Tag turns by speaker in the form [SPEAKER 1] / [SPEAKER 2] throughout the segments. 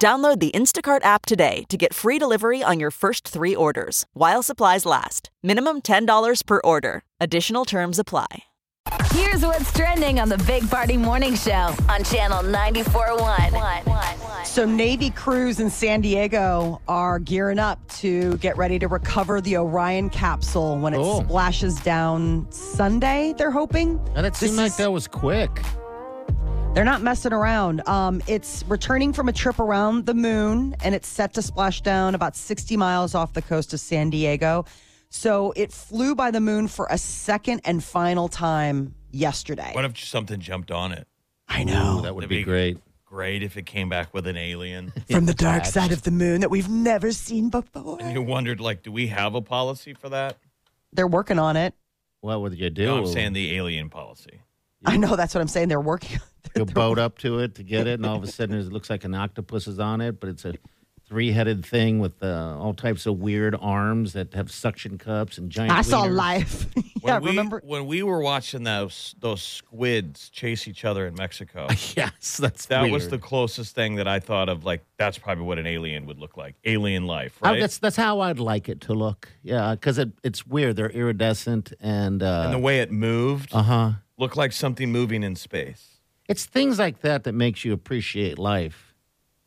[SPEAKER 1] Download the Instacart app today to get free delivery on your first three orders while supplies last. Minimum $10 per order. Additional terms apply.
[SPEAKER 2] Here's what's trending on the Big Party Morning Show on Channel 94.1.
[SPEAKER 3] So, Navy crews in San Diego are gearing up to get ready to recover the Orion capsule when it
[SPEAKER 4] Oh.
[SPEAKER 3] splashes down Sunday, they're hoping.
[SPEAKER 4] And it
[SPEAKER 3] This
[SPEAKER 4] seemed like
[SPEAKER 3] is-
[SPEAKER 4] that was quick.
[SPEAKER 3] They're not messing around. Um, it's returning from a trip around the moon, and it's set to splash down about 60 miles off the coast of San Diego. So it flew by the moon for a second and final time yesterday.
[SPEAKER 5] What if something jumped on it?
[SPEAKER 3] I know.
[SPEAKER 4] That would
[SPEAKER 5] That'd
[SPEAKER 4] be,
[SPEAKER 5] be-
[SPEAKER 4] great.
[SPEAKER 5] Great if it came back with an alien.
[SPEAKER 3] From the dark side of the moon that we've never seen before.
[SPEAKER 5] and you wondered, like, do we have a policy for that?
[SPEAKER 3] They're working on it.
[SPEAKER 4] What would you do?
[SPEAKER 5] No, I'm saying the alien policy.
[SPEAKER 3] I know that's what I'm saying. They're working.
[SPEAKER 4] you boat up to it to get it, and all of a sudden it looks like an octopus is on it, but it's a three-headed thing with uh, all types of weird arms that have suction cups and giant.
[SPEAKER 3] I saw
[SPEAKER 4] wieners.
[SPEAKER 3] life. yeah,
[SPEAKER 5] we,
[SPEAKER 3] remember?
[SPEAKER 5] when we were watching those those squids chase each other in Mexico?
[SPEAKER 4] Yes, that's
[SPEAKER 5] That was the
[SPEAKER 4] weird.
[SPEAKER 5] closest thing that I thought of. Like, that's probably what an alien would look like. Alien life,
[SPEAKER 4] Oh,
[SPEAKER 5] right?
[SPEAKER 4] that's that's how I'd like it to look. Yeah, because it, it's weird. They're iridescent and
[SPEAKER 5] and the
[SPEAKER 4] uh
[SPEAKER 5] way it moved
[SPEAKER 4] huh.
[SPEAKER 5] looked like something moving in space.
[SPEAKER 4] It's things like that that makes you appreciate life.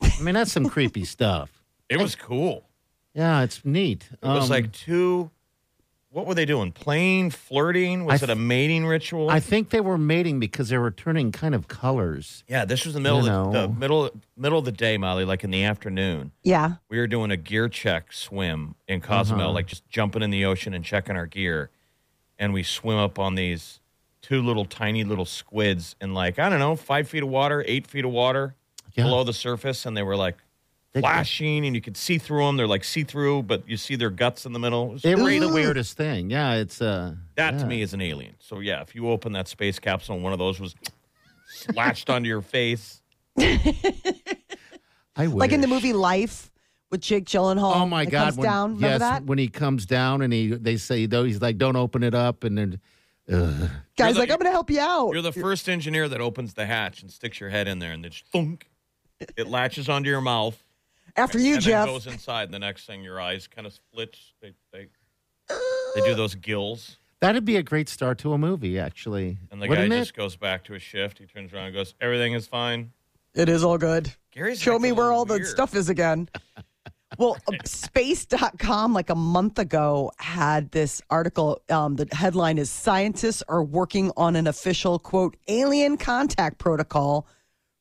[SPEAKER 4] I mean, that's some creepy stuff.
[SPEAKER 5] It was cool.
[SPEAKER 4] Yeah, it's neat. Um,
[SPEAKER 5] It was like two. What were they doing? Playing, flirting? Was
[SPEAKER 4] I
[SPEAKER 5] it a mating ritual?
[SPEAKER 4] I think they were mating because they were turning kind of colors.
[SPEAKER 5] yeah, this was the middle
[SPEAKER 4] You
[SPEAKER 5] of the, the
[SPEAKER 4] know.
[SPEAKER 5] middle middle of the day, Molly. Like in the afternoon,
[SPEAKER 3] yeah.
[SPEAKER 5] we were doing a gear check swim in Cozumel,
[SPEAKER 4] Uh-huh.
[SPEAKER 5] like just jumping in the ocean and checking our gear, and we swim up on these two little tiny little squids in like I don't know five feet of water, eight feet of water
[SPEAKER 4] Yeah.
[SPEAKER 5] below the surface, and they were like.
[SPEAKER 4] They-
[SPEAKER 5] Flashing, and you could see through them. They're like see through, but you see their guts in the middle. It was
[SPEAKER 4] It was
[SPEAKER 5] crazy.
[SPEAKER 4] the weirdest thing. Yeah, it's uh
[SPEAKER 5] That
[SPEAKER 4] yeah.
[SPEAKER 5] to me is an alien. So yeah, if you open that space capsule and one of those was slashed onto your face,
[SPEAKER 4] I wish.
[SPEAKER 3] Like in the movie Life with Jake Gyllenhaal.
[SPEAKER 4] Oh my
[SPEAKER 3] that
[SPEAKER 4] god!
[SPEAKER 3] Comes
[SPEAKER 4] when-
[SPEAKER 3] down. Remember
[SPEAKER 4] yes,
[SPEAKER 3] that?
[SPEAKER 4] when he comes down and he they say though he's like don't open it up and then ugh.
[SPEAKER 3] Guys,
[SPEAKER 5] the-
[SPEAKER 3] like, I'm going to help you out.
[SPEAKER 5] you're the first engineer that opens the hatch and sticks your head in there and then just thunk. It latches onto your mouth.
[SPEAKER 3] After you,
[SPEAKER 5] and
[SPEAKER 3] Jeff.
[SPEAKER 5] Then goes inside. And the next thing, your eyes kind of splits. They, they, they do those gills.
[SPEAKER 4] that'd be a great start to a movie actually.
[SPEAKER 5] And the
[SPEAKER 4] Wouldn't
[SPEAKER 5] guy
[SPEAKER 4] it?
[SPEAKER 5] just goes back to his shift. He turns around and goes, Everything is fine.
[SPEAKER 3] It is all good.
[SPEAKER 5] Gary's
[SPEAKER 3] Show
[SPEAKER 5] acting
[SPEAKER 3] me
[SPEAKER 5] a
[SPEAKER 3] where
[SPEAKER 5] little
[SPEAKER 3] all the
[SPEAKER 5] weird.
[SPEAKER 3] stuff is again. Well, uh, space.com, like a month ago, had this article. Um, the headline is Scientists are working on an official, quote, alien contact protocol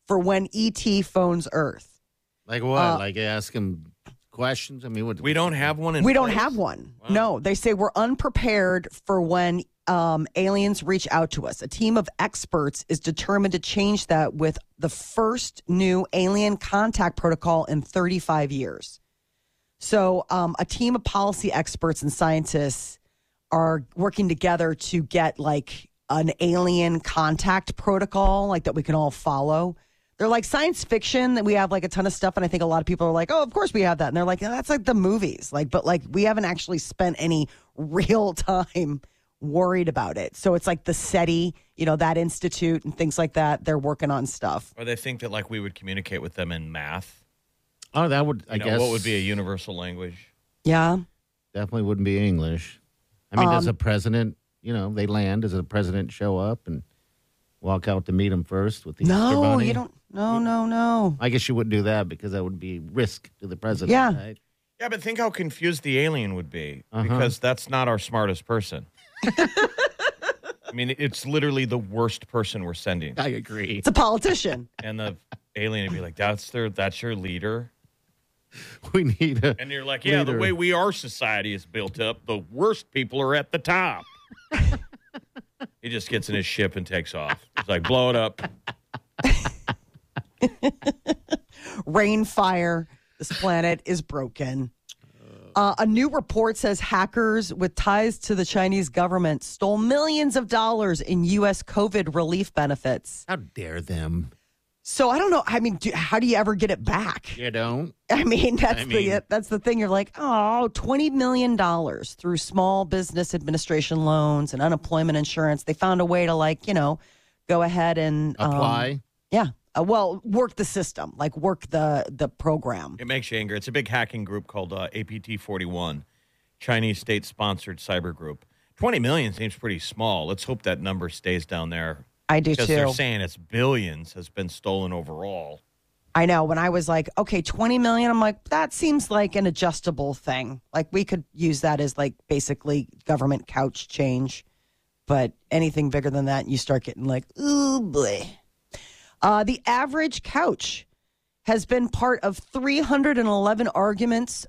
[SPEAKER 3] for when ET phones Earth.
[SPEAKER 4] like what?
[SPEAKER 3] Uh,
[SPEAKER 4] like ask him questions. I mean, what,
[SPEAKER 5] We don't have one in
[SPEAKER 3] we don't
[SPEAKER 5] place.
[SPEAKER 3] have one.
[SPEAKER 5] Wow.
[SPEAKER 3] No, they say we're unprepared for when um, aliens reach out to us. A team of experts is determined to change that with the first new alien contact protocol in 35 years. So, um, a team of policy experts and scientists are working together to get like an alien contact protocol, like that we can all follow. They're like science fiction that we have like a ton of stuff, and I think a lot of people are like, "Oh, of course we have that," and they're like, "Yeah, "That's like the movies," like, but like we haven't actually spent any real time worried about it. So it's like the SETI, you know, that institute and things like that. They're working on stuff.
[SPEAKER 5] Or they think that like we would communicate with them in math.
[SPEAKER 4] Oh, that would I
[SPEAKER 5] You know,
[SPEAKER 4] guess
[SPEAKER 5] what would be a universal language?
[SPEAKER 3] Yeah,
[SPEAKER 4] definitely wouldn't be English. I mean,
[SPEAKER 3] Um,
[SPEAKER 4] does a president, you know, they land, does the president show up and walk out to meet him first with the Easter
[SPEAKER 3] no,
[SPEAKER 4] bunny?
[SPEAKER 3] you don't. No, no, no.
[SPEAKER 4] I guess you wouldn't do that because that would be risk to the president.
[SPEAKER 3] Yeah.
[SPEAKER 4] right?
[SPEAKER 5] Yeah, but think how confused the alien would be
[SPEAKER 4] Uh-huh.
[SPEAKER 5] because that's not our smartest person. I mean, it's literally the worst person we're sending,
[SPEAKER 4] I agree.
[SPEAKER 3] It's a politician.
[SPEAKER 5] and the alien would be like, "That's their, that's your leader,"
[SPEAKER 4] We need a.
[SPEAKER 5] and you're like, "Yeah, the
[SPEAKER 4] Leader.
[SPEAKER 5] way we our society is built up, the worst people are at the top." he just gets in his ship and takes off. It's like blow it up.
[SPEAKER 3] rain, fire, This planet is broken. Uh, a new report says hackers with ties to the Chinese government stole millions of dollars in U.S. COVID relief benefits.
[SPEAKER 4] How dare them?
[SPEAKER 3] So I don't know. I mean, do, how do you ever get it back?
[SPEAKER 4] You don't.
[SPEAKER 3] I mean, that's
[SPEAKER 4] I mean-
[SPEAKER 3] the that's the thing. You're like, oh, $20 million through small business administration loans and unemployment insurance. They found a way to like, you know, go ahead and um,
[SPEAKER 4] Apply.
[SPEAKER 3] yeah. Uh, well, work the system, like work the the program.
[SPEAKER 5] It makes you angry. It's a big hacking group called uh, APT 41, Chinese state sponsored cyber group. 20 million seems pretty small. Let's hope that number stays down there
[SPEAKER 3] I do
[SPEAKER 5] because
[SPEAKER 3] too.
[SPEAKER 5] they're saying it's billions has been stolen overall.
[SPEAKER 3] I know when I was like, okay, 20 million, I'm like, that seems like an adjustable thing. Like we could use that as like basically government couch change. But anything bigger than that, you start getting like, ooh boy. Uh, the average couch has been part of 311 arguments,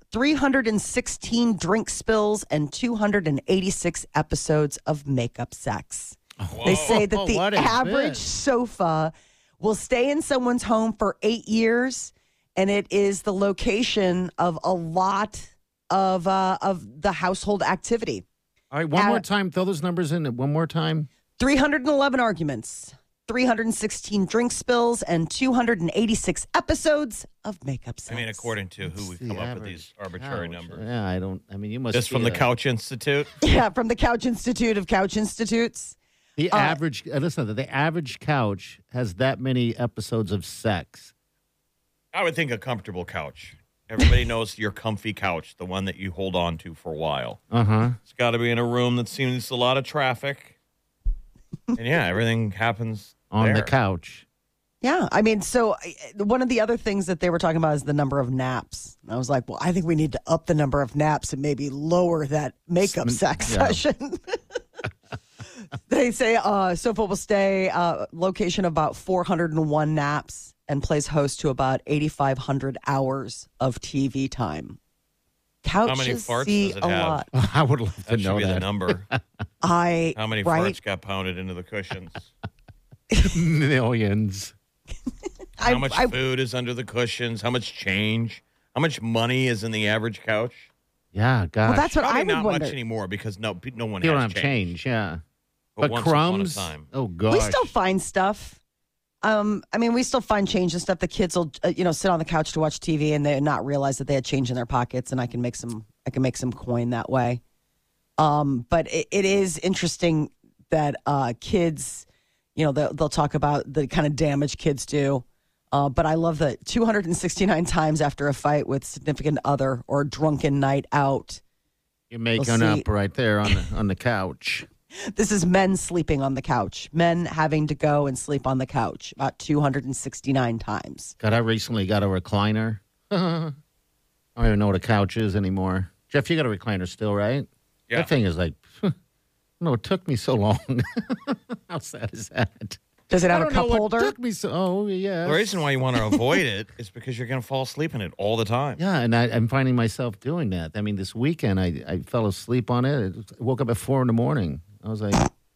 [SPEAKER 3] 316 drink spills, and 286 episodes of makeup sex. They say that the
[SPEAKER 4] what is
[SPEAKER 3] average
[SPEAKER 4] this?
[SPEAKER 3] sofa will stay in someone's home for eight years, and it is the location of a lot of uh, of the household activity.
[SPEAKER 4] All right, one
[SPEAKER 3] Uh,
[SPEAKER 4] more time. Throw those numbers in. One more time.
[SPEAKER 3] 311 arguments, 316 drink spills, and 286 episodes of makeup sex.
[SPEAKER 5] I mean, according to who we
[SPEAKER 4] It's the
[SPEAKER 5] come up with
[SPEAKER 4] average
[SPEAKER 5] these arbitrary
[SPEAKER 4] couch. Uh,
[SPEAKER 5] numbers.
[SPEAKER 4] Yeah, I don't. I mean, you must.
[SPEAKER 5] This from
[SPEAKER 4] be
[SPEAKER 5] the
[SPEAKER 4] a-
[SPEAKER 5] Couch Institute.
[SPEAKER 3] Yeah, from the Couch Institute of Couch Institutes.
[SPEAKER 4] The average. uh, Listen, the average couch has that many episodes of sex.
[SPEAKER 5] I would think a comfortable couch. Everybody knows your comfy couch, the one that you hold on to for a while.
[SPEAKER 4] Uh huh.
[SPEAKER 5] It's got to be in a room that seems a lot of traffic. And yeah, everything happens
[SPEAKER 4] On the
[SPEAKER 5] there.
[SPEAKER 4] couch.
[SPEAKER 3] Yeah, I mean, so uh, one of the other things that they were talking about is the number of naps. And I was like, well, I think we need to up the number of naps and maybe lower that makeup sex
[SPEAKER 4] yeah.
[SPEAKER 3] session. they say uh, Sofa will stay uh, location about 401 naps and plays host to about 8,500 hours of TV time. Couches
[SPEAKER 5] many farts
[SPEAKER 3] see
[SPEAKER 5] does it
[SPEAKER 3] a
[SPEAKER 5] have?
[SPEAKER 3] lot.
[SPEAKER 4] I would love to
[SPEAKER 5] That should
[SPEAKER 4] know
[SPEAKER 5] be the
[SPEAKER 4] that.
[SPEAKER 5] number.
[SPEAKER 3] I
[SPEAKER 5] How many
[SPEAKER 3] right?
[SPEAKER 5] farts got pounded into the cushions?
[SPEAKER 4] Millions.
[SPEAKER 3] I-
[SPEAKER 5] How much
[SPEAKER 3] I-
[SPEAKER 5] food is under the cushions? How much change? How much money is in the average couch?
[SPEAKER 4] Yeah, gosh.
[SPEAKER 3] well, that's what
[SPEAKER 5] Probably
[SPEAKER 3] I would
[SPEAKER 5] not
[SPEAKER 3] wonder.
[SPEAKER 5] much anymore because no, pe- no one
[SPEAKER 4] People
[SPEAKER 5] has
[SPEAKER 4] don't have change. Yeah,
[SPEAKER 5] But,
[SPEAKER 4] but,
[SPEAKER 5] once
[SPEAKER 4] crumbs.
[SPEAKER 5] upon a time,
[SPEAKER 4] Oh gosh.
[SPEAKER 3] We still find stuff. Um, I mean, we still find change and stuff. The kids will, uh, you know, sit on the couch to watch TV and they not realize that they had change in their pockets, and I can make some, I can make some coin that way. Um, but it, it is interesting that uh, kids, you know, they'll, they'll talk about the kind of damage kids do. Uh, but I love that 269 times after a fight with significant other or drunken night out.
[SPEAKER 4] You're making
[SPEAKER 3] We'll see.
[SPEAKER 4] up right there on the, on the couch.
[SPEAKER 3] This is men sleeping on the couch, men having to go and sleep on the couch about 269 times.
[SPEAKER 4] God, I recently got a recliner. I don't even know what a couch is anymore. Jeff, you got a recliner still, right?
[SPEAKER 5] Yeah.
[SPEAKER 4] That thing is like, I don't know it took me so long. How sad is that?
[SPEAKER 3] Does it
[SPEAKER 4] I
[SPEAKER 3] have a
[SPEAKER 4] don't
[SPEAKER 3] cup
[SPEAKER 4] know what
[SPEAKER 3] holder?
[SPEAKER 4] took me so. Oh yeah.
[SPEAKER 5] the reason why you want to avoid it is because you're going to fall asleep in it all the time.
[SPEAKER 4] Yeah, and I, I'm finding myself doing that. I mean, this weekend I, I fell asleep on it. I woke up at four in the morning. I was like,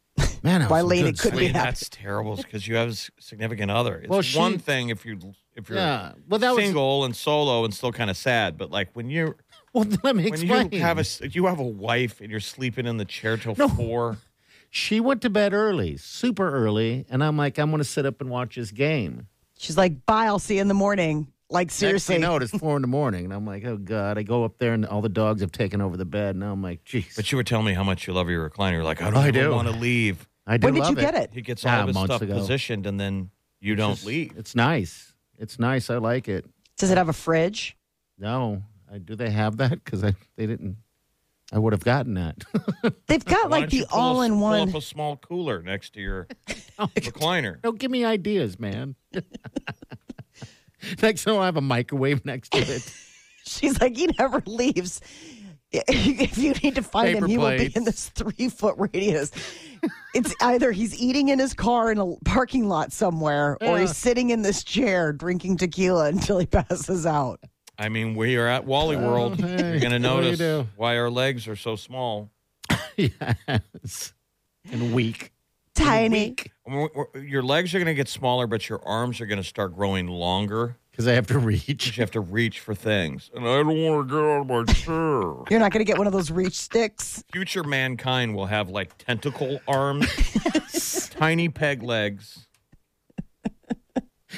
[SPEAKER 4] man, I was
[SPEAKER 3] Why
[SPEAKER 4] in
[SPEAKER 3] late
[SPEAKER 4] good
[SPEAKER 3] it could
[SPEAKER 5] I
[SPEAKER 3] be
[SPEAKER 5] mean,
[SPEAKER 4] sleep.
[SPEAKER 3] Yeah.
[SPEAKER 5] that's terrible because you have a s- significant other. It's
[SPEAKER 4] Well, she-
[SPEAKER 5] one thing if you if you're
[SPEAKER 4] Yeah. Well, that was-
[SPEAKER 5] single and solo and still kind of sad, but like when you're
[SPEAKER 4] Well, let me
[SPEAKER 5] when
[SPEAKER 4] explain.
[SPEAKER 5] you have a s- you have a wife and you're sleeping in the chair till four.
[SPEAKER 4] she went to bed early, super early, and I'm like, I'm going to sit up and watch this game.
[SPEAKER 3] She's like, bye, I'll see you in the morning. Like, seriously.
[SPEAKER 4] no, it's four in the morning, and I'm like, oh god. I go up there, and all the dogs have taken over the bed, and I'm like, jeez.
[SPEAKER 5] But you were telling me how much you love your recliner. You're like, I don't
[SPEAKER 4] I
[SPEAKER 5] even
[SPEAKER 4] do.
[SPEAKER 5] want to leave.
[SPEAKER 4] I do
[SPEAKER 3] when did you
[SPEAKER 4] love
[SPEAKER 3] get it?
[SPEAKER 5] He gets
[SPEAKER 4] Ah,
[SPEAKER 5] all of his
[SPEAKER 4] months
[SPEAKER 5] stuff
[SPEAKER 4] ago.
[SPEAKER 5] positioned, and then you don't
[SPEAKER 4] It's-
[SPEAKER 5] leave.
[SPEAKER 4] It's nice. It's nice. I like it.
[SPEAKER 3] Does it have a fridge?
[SPEAKER 4] No, I, do they have that? Because I they didn't. I would have gotten that.
[SPEAKER 3] They've got
[SPEAKER 5] Why
[SPEAKER 3] like
[SPEAKER 5] don't you
[SPEAKER 3] the
[SPEAKER 5] pull a s-
[SPEAKER 3] all in
[SPEAKER 5] Pull
[SPEAKER 3] one.
[SPEAKER 5] up a small cooler next to your
[SPEAKER 4] Oh
[SPEAKER 5] recliner.
[SPEAKER 4] Don't give me ideas, man. Next time I'll have a microwave next to it.
[SPEAKER 3] She's like, he never leaves. If you need to find him,
[SPEAKER 4] Paper
[SPEAKER 3] he will be
[SPEAKER 4] plates.
[SPEAKER 3] in this three foot radius. It's either he's eating in his car in a parking lot somewhere, or
[SPEAKER 4] Yeah.
[SPEAKER 3] he's sitting in this chair drinking tequila until he passes out.
[SPEAKER 5] I mean, we are at Wally World.
[SPEAKER 4] Oh, hey,
[SPEAKER 5] You're going to
[SPEAKER 4] what do you
[SPEAKER 5] notice
[SPEAKER 4] do?
[SPEAKER 5] why our legs are so small.
[SPEAKER 4] yes. And weak.
[SPEAKER 3] Tiny.
[SPEAKER 5] I mean, we're- we're- Your legs are going to get smaller, but your arms are going to start growing longer.
[SPEAKER 4] because I have to reach.
[SPEAKER 5] You have to reach for things. And I don't want to get out of my chair.
[SPEAKER 3] You're not going to get one of those reach sticks.
[SPEAKER 5] Future mankind will have like tentacle arms, tiny peg legs.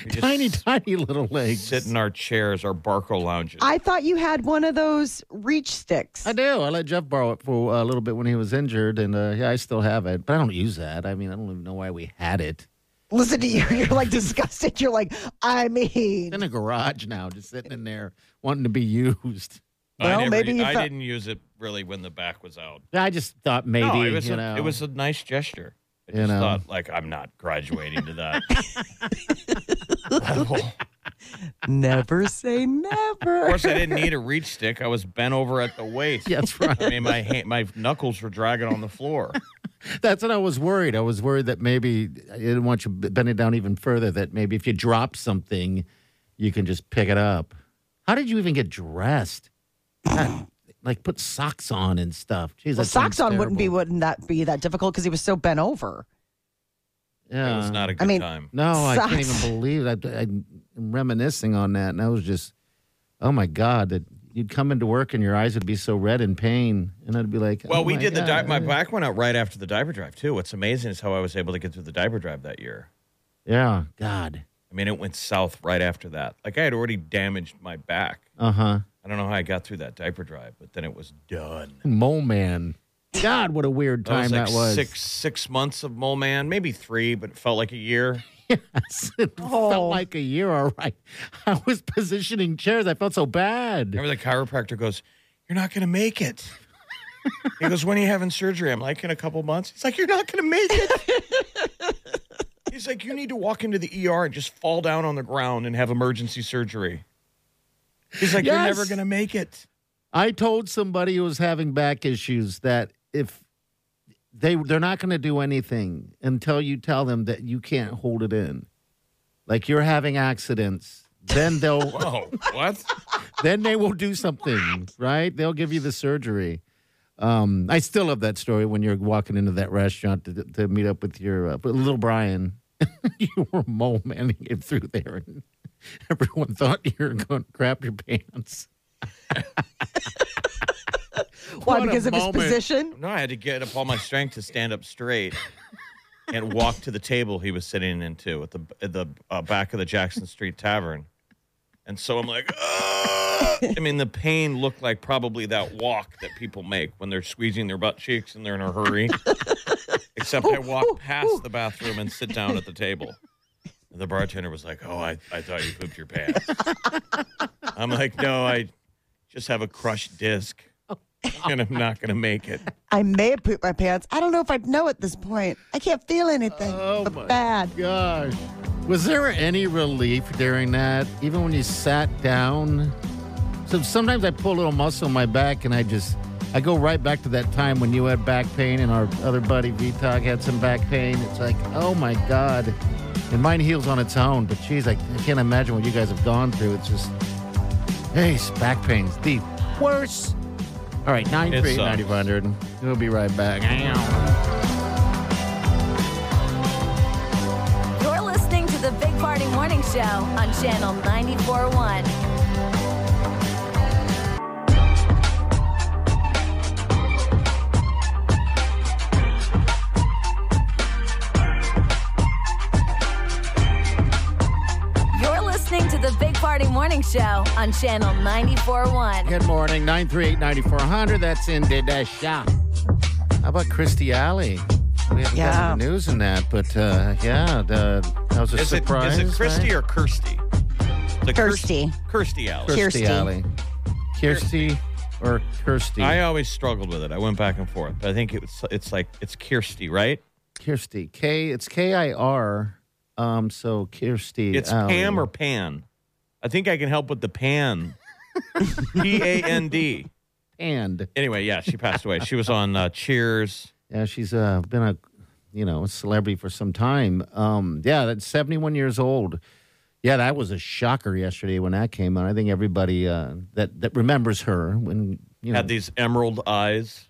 [SPEAKER 5] We just
[SPEAKER 4] Tiny, tiny little legs.
[SPEAKER 5] sit in our chairs, our barco lounges.
[SPEAKER 3] I thought you had one of those reach sticks.
[SPEAKER 4] I do. I let Jeff borrow it for a little bit when he was injured, and uh, yeah, I still have it, but I don't use that. I mean, I don't even know why we had it.
[SPEAKER 3] Listen to you. You're like disgusted. You're like, I mean,
[SPEAKER 4] It's in a garage now, just sitting in there, wanting to be used.
[SPEAKER 5] I
[SPEAKER 3] well,
[SPEAKER 5] never
[SPEAKER 3] maybe
[SPEAKER 5] u-
[SPEAKER 3] you
[SPEAKER 5] I
[SPEAKER 3] thought-
[SPEAKER 5] didn't use it really when the back was out.
[SPEAKER 4] I just thought maybe
[SPEAKER 5] no, it was
[SPEAKER 4] you
[SPEAKER 5] a,
[SPEAKER 4] know
[SPEAKER 5] it was a nice gesture. I
[SPEAKER 4] You
[SPEAKER 5] just
[SPEAKER 4] know.
[SPEAKER 5] thought like I'm not graduating to that level. Of
[SPEAKER 3] never say never.
[SPEAKER 5] course, I didn't need a reach stick. I was bent over at the waist.
[SPEAKER 4] Yeah, that's right.
[SPEAKER 5] I mean, my hand, my knuckles were dragging on the floor.
[SPEAKER 4] That's what I was worried. I was worried that maybe I didn't want you bending down even further. That maybe if you drop something, you can just pick it up. How did you even get dressed? God, like put socks on and stuff. Jeez,
[SPEAKER 3] Well,
[SPEAKER 4] that sounds
[SPEAKER 3] socks on wouldn't be
[SPEAKER 4] terrible.
[SPEAKER 3] wouldn't that be that difficult because he was so bent over.
[SPEAKER 4] Yeah,
[SPEAKER 5] It
[SPEAKER 4] Uh,
[SPEAKER 5] was not a good
[SPEAKER 3] mean-
[SPEAKER 5] time.
[SPEAKER 4] No, I can't
[SPEAKER 3] Socks.
[SPEAKER 4] even believe it. I, I'm reminiscing on that, and I was just, oh my god, that you'd come into work and your eyes would be so red in pain, and I'd be like,
[SPEAKER 5] Well,
[SPEAKER 4] oh
[SPEAKER 5] we
[SPEAKER 4] my
[SPEAKER 5] did the di-
[SPEAKER 4] God.
[SPEAKER 5] my back went out right after the diaper drive too. What's amazing is how I was able to get through the diaper drive that year.
[SPEAKER 4] yeah, God,
[SPEAKER 5] I mean, it went south right after that. Like I had already damaged my back.
[SPEAKER 4] uh huh,
[SPEAKER 5] I don't know how I got through that diaper drive, but then it was done.
[SPEAKER 4] mole man, God, what a weird
[SPEAKER 5] That
[SPEAKER 4] time
[SPEAKER 5] was like
[SPEAKER 4] that was.
[SPEAKER 5] six six months of mole man, maybe three, but it felt like a year.
[SPEAKER 4] Yes, it
[SPEAKER 3] Oh.
[SPEAKER 4] felt like a year. All right, I was positioning chairs. I felt so bad.
[SPEAKER 5] Remember the chiropractor goes, "You're not gonna make it." he goes, "When are you having surgery?" I'm like, "In a couple months." He's like, "You're not gonna make it." He's like, "You need to walk into the ER and just fall down on the ground and have emergency surgery." He's like, "You're
[SPEAKER 4] Yes.
[SPEAKER 5] never gonna make it."
[SPEAKER 4] I told somebody who was having back issues that if they they're not going to do anything until you tell them that you can't hold it in, like you're having accidents, then they'll
[SPEAKER 5] Whoa, what?
[SPEAKER 4] then they will do something, right? They'll give you the surgery. Um, I still love that story when you're walking into that restaurant to, to meet up with your uh, with little Brian. you were mole manning it through there, and everyone thought you were going to grab your pants.
[SPEAKER 3] Why?
[SPEAKER 4] What a
[SPEAKER 3] Because of his
[SPEAKER 4] moment.
[SPEAKER 3] position.
[SPEAKER 5] No, I had to get up all my strength to stand up straight and walk to the table he was sitting into at the at the uh, back of the Jackson Street Tavern. And so I'm like, "Ah!" I mean, the pain looked like probably that walk that people make when they're squeezing their butt cheeks and they're in a hurry. Except I walked past the bathroom and sit down at the table. And the bartender was like, "Oh, I, I thought you pooped your pants." I'm like, "No, I just have a crushed disc, and I'm not going to make it."
[SPEAKER 3] I may have pooped my pants. I don't know if I'd know at this point. I can't feel anything.
[SPEAKER 4] Oh,
[SPEAKER 3] but
[SPEAKER 4] my
[SPEAKER 3] bad.
[SPEAKER 4] Gosh. Was there any relief during that, even when you sat down? So sometimes I pull a little muscle in my back and I just, I go right back to that time when you had back pain and our other buddy VTOG had some back pain. It's like, oh my God. And mine heals on its own, but geez, I, I can't imagine what you guys have gone through. It's just, hey, s- back pain's the worst. All right, 93
[SPEAKER 5] sucks.
[SPEAKER 4] 9500. We'll be right back.
[SPEAKER 2] You're listening to the Big Party Morning Show on Channel 941. You're listening to the Big Party Morning Show on Channel 941.
[SPEAKER 4] Good morning, 938 9400. That's in the shop. How about Christy Alley? We haven't
[SPEAKER 3] Yeah.
[SPEAKER 4] got any news in that, but uh, yeah, the, that was a
[SPEAKER 5] Is it,
[SPEAKER 4] surprise.
[SPEAKER 5] is it Christy
[SPEAKER 4] right?
[SPEAKER 5] or Kirsty? The
[SPEAKER 3] Kirsty.
[SPEAKER 5] Kirsty Alley.
[SPEAKER 4] Kirsty
[SPEAKER 3] Kirsty?
[SPEAKER 4] Alley? Kirsty or Kirsty?
[SPEAKER 5] I uh, always struggled with it. I went back and forth. But I think it was, it's like, it's Kirsty, right?
[SPEAKER 4] Kirsty. K. It's K I R. Um. So Kirsty.
[SPEAKER 5] It's
[SPEAKER 4] Alley.
[SPEAKER 5] Pam or Pan. I think I can help with the Pan. P A N D.
[SPEAKER 4] and
[SPEAKER 5] Anyway, yeah, she passed away. She was on uh, Cheers.
[SPEAKER 4] yeah, she's uh, been a you know a celebrity for some time. Um. Yeah, that's seventy one years old. Yeah, that was a shocker yesterday when that came out. I think everybody uh, that that remembers her when you know.
[SPEAKER 5] Had these emerald eyes.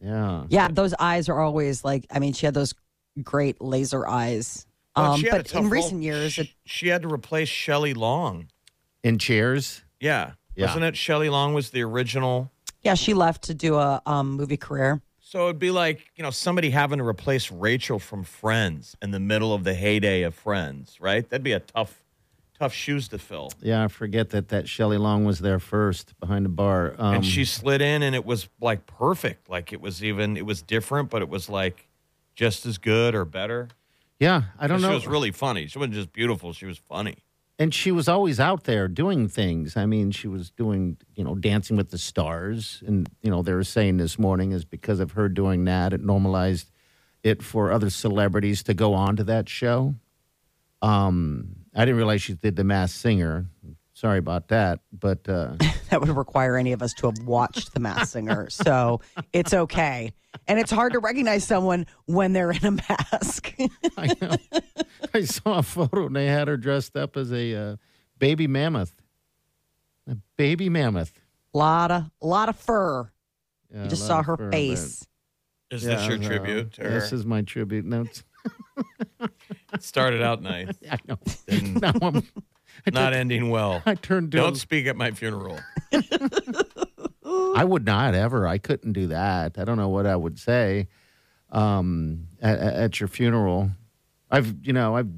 [SPEAKER 4] yeah.
[SPEAKER 3] Yeah, those eyes are always like. I mean, she had those great laser eyes.
[SPEAKER 5] Well,
[SPEAKER 3] um,
[SPEAKER 5] she had a
[SPEAKER 3] but
[SPEAKER 5] tough
[SPEAKER 3] in
[SPEAKER 5] role.
[SPEAKER 3] recent years,
[SPEAKER 5] she,
[SPEAKER 3] it,
[SPEAKER 5] she had to replace Shelley Long.
[SPEAKER 4] in Cheers.
[SPEAKER 5] Yeah.
[SPEAKER 4] Yeah.
[SPEAKER 5] Wasn't it Shelley Long was the original?
[SPEAKER 3] Yeah, she left to do a um, movie career.
[SPEAKER 5] So it'd be like, you know, somebody having to replace Rachel from Friends in the middle of the heyday of Friends, right? That'd be a tough, tough shoes to fill.
[SPEAKER 4] Yeah, I forget that that Shelley Long was there first behind the bar. Um,
[SPEAKER 5] and she slid in and it was like perfect. Like it was even, it was different, but it was like just as good or better.
[SPEAKER 4] yeah, I don't
[SPEAKER 5] And
[SPEAKER 4] know.
[SPEAKER 5] She was really funny. She wasn't just beautiful, she was funny.
[SPEAKER 4] and she was always out there doing things. I mean, she was doing, you know, Dancing with the Stars, and you know, they were saying this morning is because of her doing that, it normalized it for other celebrities to go on to that show. Um, I didn't realize she did The Masked Singer. Sorry about that, but uh,
[SPEAKER 3] that would require any of us to have watched The Mass Singer. So it's okay. And it's hard to recognize someone when they're in a mask.
[SPEAKER 4] I know I saw a photo and they had her dressed up as a uh, baby mammoth, a baby mammoth.
[SPEAKER 3] lot of lot of fur.
[SPEAKER 4] Yeah,
[SPEAKER 3] You just
[SPEAKER 4] I
[SPEAKER 3] saw
[SPEAKER 4] love
[SPEAKER 3] her
[SPEAKER 4] but-
[SPEAKER 3] face.
[SPEAKER 5] Is
[SPEAKER 4] Yeah,
[SPEAKER 5] this your
[SPEAKER 4] no.
[SPEAKER 5] tribute to her?
[SPEAKER 4] This is my tribute. No, it's-
[SPEAKER 5] It started out nice,
[SPEAKER 4] I know.
[SPEAKER 5] Didn't-
[SPEAKER 4] Now I'm,
[SPEAKER 5] not ending well.
[SPEAKER 4] I turned to.
[SPEAKER 5] Don't speak at my funeral.
[SPEAKER 4] I would not ever. I couldn't do that. I don't know what I would say um, at, at your funeral. I've, you know, I've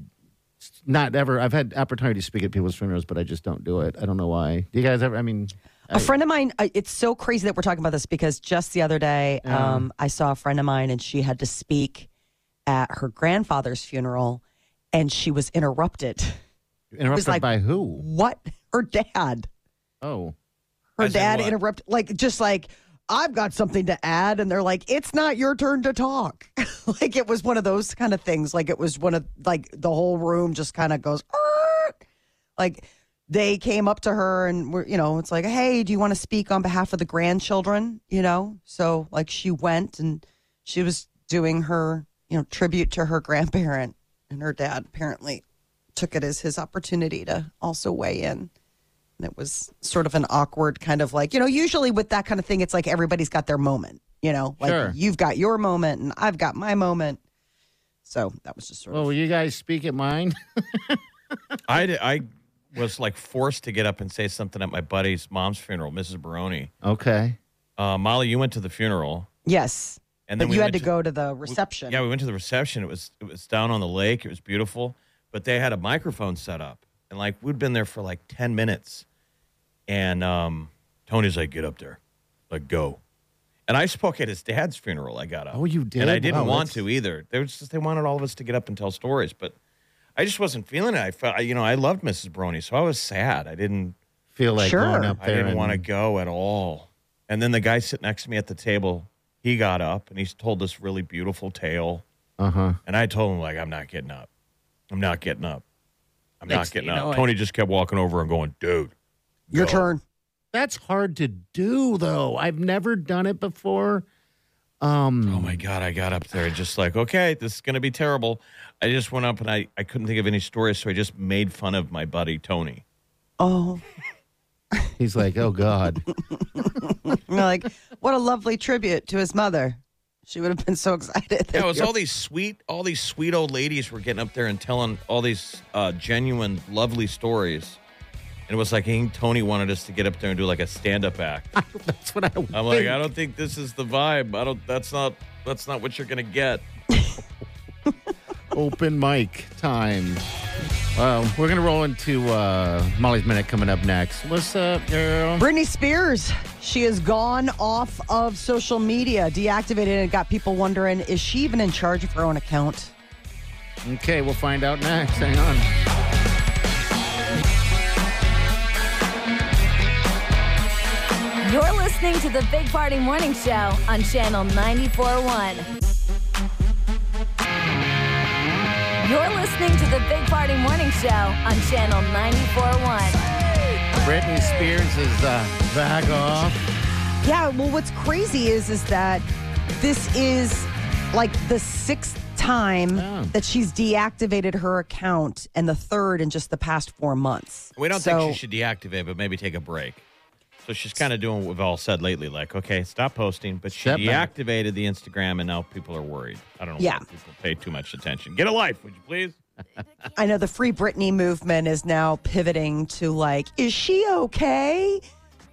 [SPEAKER 4] not ever. I've had opportunity to speak at people's funerals, but I just don't do it. I don't know why. Do you guys ever? I mean,
[SPEAKER 3] A friend of mine, I- it's so crazy that we're talking about this because just the other day, um, I saw a friend of mine and she had to speak at her grandfather's funeral and she was interrupted.
[SPEAKER 4] interrupted
[SPEAKER 3] like-
[SPEAKER 4] by who?
[SPEAKER 3] What? Her dad.
[SPEAKER 4] Oh,
[SPEAKER 3] her
[SPEAKER 5] As in
[SPEAKER 3] dad
[SPEAKER 5] what?
[SPEAKER 3] interrupted like just like i've got something to add and they're like it's not your turn to talk like it was one of those kind of things like it was one of like the whole room just kind of goes "Arr!" like they came up to her and were you know it's like hey do you want to speak on behalf of the grandchildren you know so like she went and she was doing her you know tribute to her grandparent and her dad apparently took it as his opportunity to also weigh in and it was sort of an awkward kind of like, you know, usually with that kind of thing, it's like everybody's got their moment, you know, like
[SPEAKER 4] Sure.
[SPEAKER 3] you've got your moment and I've got my moment. So that was just sort
[SPEAKER 4] well,
[SPEAKER 3] of.
[SPEAKER 4] will you guys speak at mine?
[SPEAKER 5] I, d- I was like forced to get up and say something at my buddy's mom's funeral, Mrs. Baroni.
[SPEAKER 4] okay.
[SPEAKER 5] Uh, Molly, you went to the funeral,
[SPEAKER 3] Yes.
[SPEAKER 5] and then
[SPEAKER 3] But
[SPEAKER 5] we
[SPEAKER 3] you had
[SPEAKER 5] went
[SPEAKER 3] to, go to the reception.
[SPEAKER 5] Yeah, we went to the reception. It was it was down on the lake. It was beautiful, but they had a microphone set up, and like we'd been there for like ten minutes, and um, Tony's like, "Get up there, like go," and I spoke at his dad's funeral. I got up.
[SPEAKER 4] Oh, you did?
[SPEAKER 5] and I didn't
[SPEAKER 4] Wow,
[SPEAKER 5] want
[SPEAKER 4] that's-
[SPEAKER 5] to either. They was just they wanted all of us to get up and tell stories, but I just wasn't feeling it. I felt, I- you know, I loved Mrs. Brony, so I was sad. I didn't
[SPEAKER 4] Feel like
[SPEAKER 3] Sure.
[SPEAKER 4] going up
[SPEAKER 5] I
[SPEAKER 4] there.
[SPEAKER 5] didn't
[SPEAKER 4] and-
[SPEAKER 5] want to go at all. And then the guy sitting next to me at the table, he got up and he's told this really beautiful tale.
[SPEAKER 4] Uh huh.
[SPEAKER 5] And I told him, like, I'm not getting up. I'm not getting up. I'm
[SPEAKER 3] Next
[SPEAKER 5] not
[SPEAKER 3] thing
[SPEAKER 5] getting
[SPEAKER 3] you know
[SPEAKER 5] up.
[SPEAKER 3] it-
[SPEAKER 5] Tony just kept walking over and going, dude.
[SPEAKER 3] your
[SPEAKER 5] go."
[SPEAKER 3] turn.
[SPEAKER 4] That's hard to do, though. I've never done it before. Um.
[SPEAKER 5] Oh my God, I got up there and just like, okay, this is going to be terrible. I just went up and I, I couldn't think of any stories. So I just made fun of my buddy, Tony.
[SPEAKER 3] Oh,
[SPEAKER 4] He's like, oh God.
[SPEAKER 3] and you're like, what a lovely tribute to his mother. She would have been so excited.
[SPEAKER 5] Yeah, it was all these sweet, all these sweet old ladies were getting up there and telling all these uh, genuine, lovely stories. And it was like, I think Tony wanted us to get up there and do like a stand-up act.
[SPEAKER 4] That's what I. Would
[SPEAKER 5] I'm like,
[SPEAKER 4] think.
[SPEAKER 5] I don't think this is the vibe. I don't. That's not. That's not what you're gonna get.
[SPEAKER 4] open mic time. Uh, we're gonna roll into uh, Molly's minute coming up next. What's up, girl?
[SPEAKER 3] Britney Spears, she has gone off of social media, deactivated, and got people wondering is she even in charge of her own account?
[SPEAKER 4] Okay, we'll find out next. Hang on.
[SPEAKER 2] You're listening to the Big Party Morning Show on Channel 941. You're listening to the Big Party Morning Show on Channel 941.
[SPEAKER 4] Britney Spears is uh, back off.
[SPEAKER 3] Yeah, well, what's crazy is is that this is like the sixth time
[SPEAKER 4] Yeah.
[SPEAKER 5] Oh.
[SPEAKER 3] that she's deactivated her account, and the third in just the past four months.
[SPEAKER 5] We don't
[SPEAKER 3] So-
[SPEAKER 5] think she should deactivate, but maybe take a break. So she's kind of doing what we've all said lately, like, okay, stop posting. But she
[SPEAKER 4] Step back.
[SPEAKER 5] deactivated the Instagram, and now people are worried. I don't know.
[SPEAKER 3] Yeah.
[SPEAKER 5] why people pay too much attention. Get a life, would you please?
[SPEAKER 3] I know the Free Britney movement is now pivoting to like, is she okay?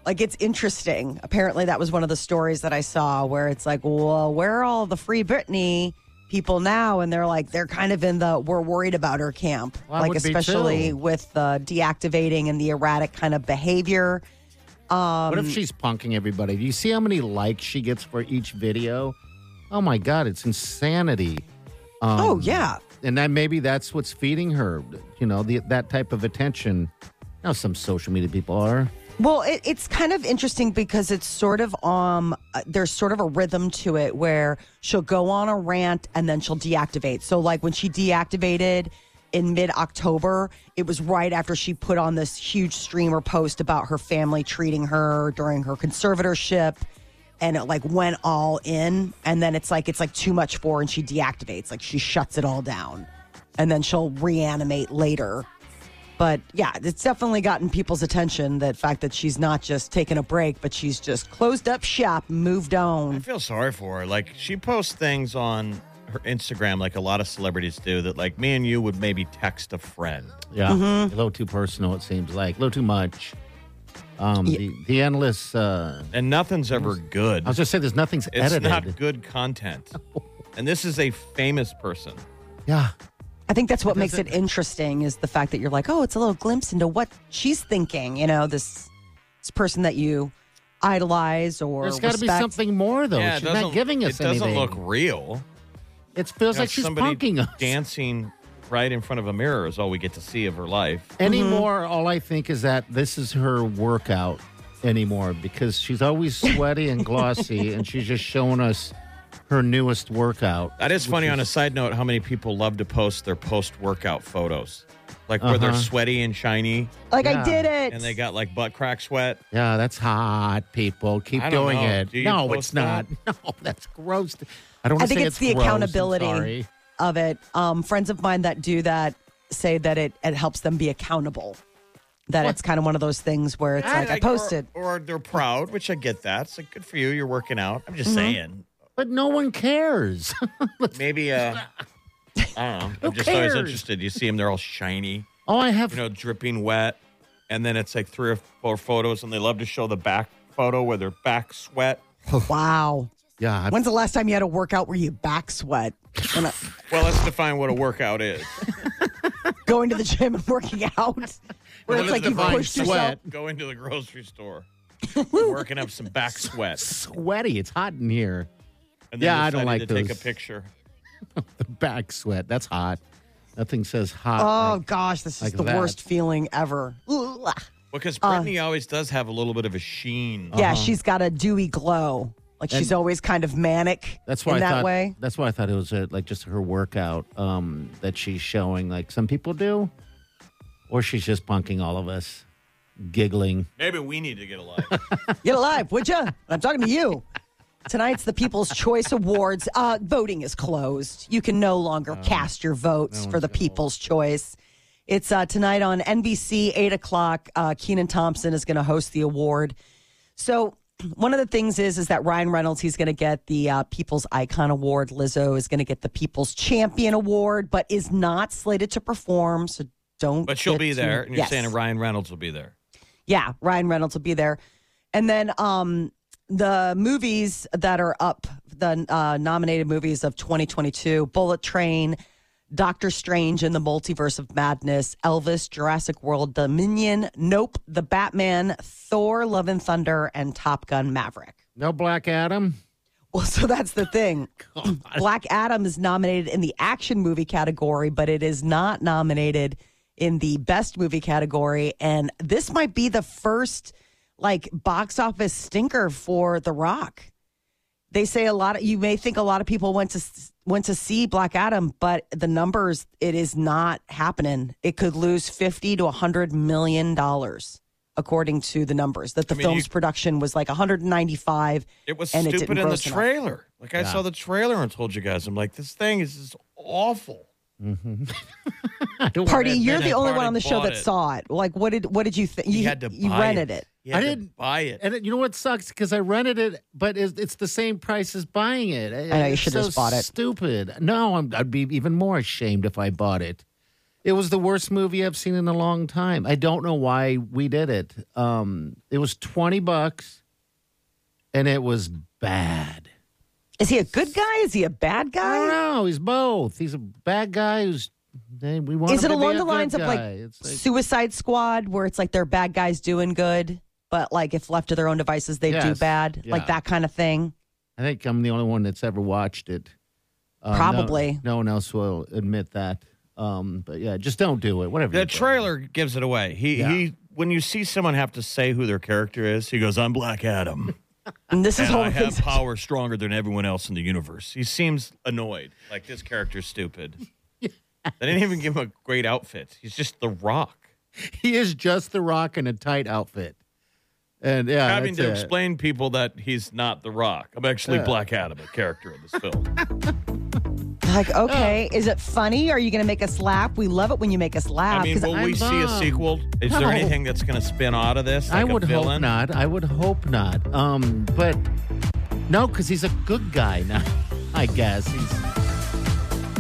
[SPEAKER 3] Like, it's interesting. Apparently, that was one of the stories that I saw where it's like, well, where are all the Free Britney people now? And they're like, they're kind of in the we're worried about her camp,
[SPEAKER 4] Well, I
[SPEAKER 3] like,
[SPEAKER 4] would be
[SPEAKER 3] especially
[SPEAKER 4] too.
[SPEAKER 3] with the deactivating and the erratic kind of behavior.
[SPEAKER 4] what if she's punking everybody? Do you see how many likes she gets for each video? Oh my God, it's insanity. Um,
[SPEAKER 3] oh, yeah.
[SPEAKER 4] and that maybe that's what's feeding her. You know, the, that type of attention. You know, some social media people are.
[SPEAKER 3] Well, it, it's kind of interesting because it's sort of um, uh, there's sort of a rhythm to it where she'll go on a rant and then she'll deactivate. So, like when she deactivated in mid October, it was right after she put on this huge streamer post about her family treating her during her conservatorship, and it like went all in. And then it's like it's like too much for, her and she deactivates, like she shuts it all down, and then she'll reanimate later. But yeah, it's definitely gotten people's attention the fact that she's not just taking a break, but she's just closed up shop, moved
[SPEAKER 5] I
[SPEAKER 3] on.
[SPEAKER 5] feel sorry for her. Like she posts things on her Instagram, like a lot of celebrities do, that like me and you would maybe text a friend.
[SPEAKER 4] Yeah,
[SPEAKER 5] Mm-hmm.
[SPEAKER 4] a little too personal. It seems like a little too much. Um, the, the endless. Uh,
[SPEAKER 5] And nothing's ever good.
[SPEAKER 4] I was just saying, there's nothing's
[SPEAKER 5] It's
[SPEAKER 4] edited.
[SPEAKER 5] not good content. and this is a famous person.
[SPEAKER 4] Yeah,
[SPEAKER 3] I think that's what makes it interesting is the fact that you're like, oh, it's a little glimpse into what she's thinking. You know, this this person that you idolize or
[SPEAKER 4] there's got to be
[SPEAKER 3] respect.
[SPEAKER 4] something more though.
[SPEAKER 5] yeah, it
[SPEAKER 4] She's not
[SPEAKER 5] doesn't-
[SPEAKER 4] giving us
[SPEAKER 5] It doesn't
[SPEAKER 4] anything.
[SPEAKER 5] look real.
[SPEAKER 4] it feels
[SPEAKER 5] You know,
[SPEAKER 4] like she's
[SPEAKER 5] somebody
[SPEAKER 4] punking us.
[SPEAKER 5] dancing right in front of a mirror is all we get to see of her life.
[SPEAKER 4] Mm-hmm. anymore all i think is that this is her workout anymore because she's always sweaty and glossy and she's just showing us her newest workout
[SPEAKER 5] That is
[SPEAKER 4] which
[SPEAKER 5] funny. On a side note, how many people love to post their post-workout photos, like where they're
[SPEAKER 4] Uh-huh.
[SPEAKER 5] sweaty and shiny,
[SPEAKER 3] Like
[SPEAKER 4] Yeah.
[SPEAKER 3] I did it.
[SPEAKER 5] and they got like butt crack sweat.
[SPEAKER 4] yeah that's hot people keep
[SPEAKER 5] I don't
[SPEAKER 4] doing
[SPEAKER 5] know.
[SPEAKER 4] it
[SPEAKER 5] Do you
[SPEAKER 4] no
[SPEAKER 5] post
[SPEAKER 4] it's not no that's gross i don't
[SPEAKER 3] I
[SPEAKER 4] wanna
[SPEAKER 3] think
[SPEAKER 4] say
[SPEAKER 3] it's, the
[SPEAKER 4] gross, I'm
[SPEAKER 3] accountability
[SPEAKER 4] sorry.
[SPEAKER 3] of it. Um, friends of mine that do that say that it, it helps them be accountable. That it's kind of one of those things where it's like I posted.
[SPEAKER 5] or, or they're proud, which I get that. It's like good for you. You're working out. I'm just
[SPEAKER 4] Mm-hmm.
[SPEAKER 5] saying,
[SPEAKER 4] but no one cares
[SPEAKER 5] maybe. Uh, I don't
[SPEAKER 4] Who
[SPEAKER 5] know. I'm just always
[SPEAKER 4] cares?
[SPEAKER 5] interested. You see them; they're all shiny,
[SPEAKER 4] oh i have
[SPEAKER 5] you know, dripping wet, and then it's like three or four photos, and they love to show the back photo where their back sweat.
[SPEAKER 3] Wow.
[SPEAKER 4] yeah I-
[SPEAKER 3] When's the last time you had a workout where you back sweat? uh, When I-
[SPEAKER 5] Well, let's define what a workout is.
[SPEAKER 3] going to the gym and working out, where it's
[SPEAKER 5] Let's
[SPEAKER 3] like you
[SPEAKER 4] define
[SPEAKER 3] pushed yourself.
[SPEAKER 4] sweat.
[SPEAKER 5] Go into the grocery store, working up some back sweat,
[SPEAKER 4] sweaty it's hot in here
[SPEAKER 5] and then
[SPEAKER 4] Yeah, I don't
[SPEAKER 5] deciding
[SPEAKER 4] like
[SPEAKER 5] to take a
[SPEAKER 4] those.
[SPEAKER 5] picture.
[SPEAKER 4] the back sweat that's hot nothing says hot
[SPEAKER 3] Oh
[SPEAKER 4] like-
[SPEAKER 3] gosh, this is
[SPEAKER 4] like
[SPEAKER 3] the
[SPEAKER 4] that. Uh-huh.
[SPEAKER 3] worst feeling ever. Ooh, ah.
[SPEAKER 5] Because Brittany always does have a little bit of a sheen.
[SPEAKER 3] Yeah, she's got a dewy glow. Like she's always kind of manic.
[SPEAKER 4] That's why
[SPEAKER 3] in
[SPEAKER 4] I
[SPEAKER 3] that
[SPEAKER 4] thought,
[SPEAKER 3] way.
[SPEAKER 4] That's why I thought it was uh like just her workout um, that she's showing, like some people do, or she's just punking all of us, giggling.
[SPEAKER 5] Maybe we need to get a life.
[SPEAKER 3] Get alive, would ya? I'm talking to you. Tonight's the People's Choice Awards. Uh, voting is closed. You can no longer
[SPEAKER 5] Oh.
[SPEAKER 3] cast your votes for the People's Choice. It's uh, tonight on NBC, 8 o'clock. Uh, Keenan Thompson is going to host the award. So one of the things is is that Ryan Reynolds he's going to get the uh, People's Icon Award. Lizzo is going to get the People's Champion Award, but is not slated to perform. So don't.
[SPEAKER 5] But she'll
[SPEAKER 3] get
[SPEAKER 5] be
[SPEAKER 3] too-
[SPEAKER 5] there, and you're
[SPEAKER 3] Yes.
[SPEAKER 5] saying Ryan Reynolds will be there.
[SPEAKER 3] Yeah, Ryan Reynolds will be there. And then um, the movies that are up, the uh, nominated movies of 2022 Bullet Train, Doctor Strange and the Multiverse of Madness, Elvis, Jurassic World, Dominion, Nope, The Batman, Thor, Love and Thunder, and Top Gun Maverick.
[SPEAKER 4] No Black Adam.
[SPEAKER 3] Well, so that's the thing. Black Adam is nominated in the action movie category, but it is not nominated in the best movie category. And this might be the first like box office stinker for The Rock. They say a lot of you may think a lot of people went to s- went to see Black Adam, but the numbers it is not happening. It could lose 50 to 100 million dollars according to the numbers that the
[SPEAKER 5] mean, you-
[SPEAKER 3] film's production was like 195
[SPEAKER 5] It was
[SPEAKER 3] and it
[SPEAKER 5] stupid
[SPEAKER 3] didn't
[SPEAKER 5] in the
[SPEAKER 3] gross enough.
[SPEAKER 5] trailer. Like I saw the trailer and told you guys, I'm like, this thing is just awful.
[SPEAKER 4] Mm-hmm. I don't wanna
[SPEAKER 3] Party,
[SPEAKER 4] admit
[SPEAKER 3] you're
[SPEAKER 4] it.
[SPEAKER 3] the only
[SPEAKER 5] Party
[SPEAKER 3] one on the show
[SPEAKER 5] bought
[SPEAKER 3] that
[SPEAKER 5] it.
[SPEAKER 3] saw it. Like, what did what did you think?
[SPEAKER 5] You, had to buy
[SPEAKER 3] you rented it.
[SPEAKER 5] You had
[SPEAKER 4] I
[SPEAKER 5] to
[SPEAKER 4] didn't-
[SPEAKER 5] buy it.
[SPEAKER 4] And it- you know what sucks? Because I rented it, but it's, it's the same price as buying it.
[SPEAKER 3] know, you
[SPEAKER 4] It's
[SPEAKER 3] should
[SPEAKER 4] so
[SPEAKER 3] just bought it.
[SPEAKER 4] Stupid. No, I'm, I'd be even more ashamed if I bought it. It was the worst movie I've seen in a long time. I don't know why we did it. Um, it was 20 bucks and it was bad.
[SPEAKER 3] Is he a good guy? Is he a bad
[SPEAKER 4] I
[SPEAKER 3] guy?
[SPEAKER 4] don't know. He's both. He's a bad guy who's. Hey, we want
[SPEAKER 3] Is
[SPEAKER 4] him
[SPEAKER 3] it
[SPEAKER 4] to be
[SPEAKER 3] along
[SPEAKER 4] a
[SPEAKER 3] the
[SPEAKER 4] good
[SPEAKER 3] lines of like,
[SPEAKER 4] guy. It's like-
[SPEAKER 3] Suicide Squad, where it's like they're bad guys doing good, but like if left to their own devices, they do
[SPEAKER 4] Yes.
[SPEAKER 3] bad, like
[SPEAKER 4] Yeah.
[SPEAKER 3] that kind of thing.
[SPEAKER 4] I think I'm the only one that's ever watched it. Uh, no-
[SPEAKER 3] Probably.
[SPEAKER 4] no, one else will admit that. Um, but yeah, just don't do it. Whatever.
[SPEAKER 5] The
[SPEAKER 4] you do.
[SPEAKER 5] trailer gives it away. He
[SPEAKER 4] Yeah.
[SPEAKER 5] he. When you see someone have to say who their character is, he goes, "I'm Black Adam,
[SPEAKER 3] And this is
[SPEAKER 5] and
[SPEAKER 3] all.
[SPEAKER 5] I have power stronger than everyone else in the universe." He seems annoyed, like this character's stupid. They didn't even give him a great outfit. He's just the Rock.
[SPEAKER 4] He is just the Rock in a tight outfit, and yeah,
[SPEAKER 5] Having
[SPEAKER 4] Uh, that's
[SPEAKER 5] to
[SPEAKER 4] it.
[SPEAKER 5] explain people that he's not the Rock. I'm actually Black Adam, a character in this film.
[SPEAKER 3] Like, okay, is it funny? Are you going to make us laugh? We love it when you make us laugh.
[SPEAKER 5] I mean,
[SPEAKER 3] 'cause
[SPEAKER 5] will we
[SPEAKER 4] Ah, I'm
[SPEAKER 5] see a
[SPEAKER 4] bummed.
[SPEAKER 5] sequel? Is
[SPEAKER 4] No.
[SPEAKER 5] there anything that's going to spin out of this?
[SPEAKER 4] I
[SPEAKER 5] like a
[SPEAKER 4] would hope
[SPEAKER 5] villain?
[SPEAKER 4] not. I would hope not. Um, but no, because he's a good guy now. I guess he's.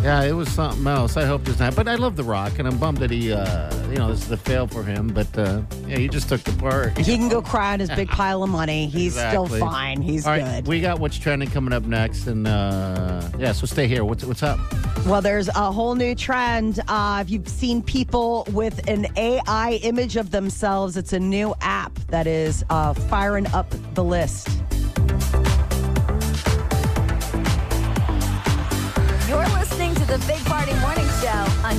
[SPEAKER 4] Yeah, it was something else. I hope it's not. But I love The Rock, and I'm bummed that he, uh, you know, this is a fail for him. But uh, yeah, he just took the part.
[SPEAKER 3] he can go cry on his big pile of money. He's
[SPEAKER 4] Exactly.
[SPEAKER 3] still fine. He's
[SPEAKER 4] All
[SPEAKER 3] good.
[SPEAKER 4] right, we got what's trending coming up next, and uh, yeah, so stay here. What's what's up?
[SPEAKER 3] Well, there's a whole new trend. Uh, if you've seen people with an AI image of themselves, it's a new app that is uh, firing up the list.
[SPEAKER 2] You're listening to the Big Party Morning Show on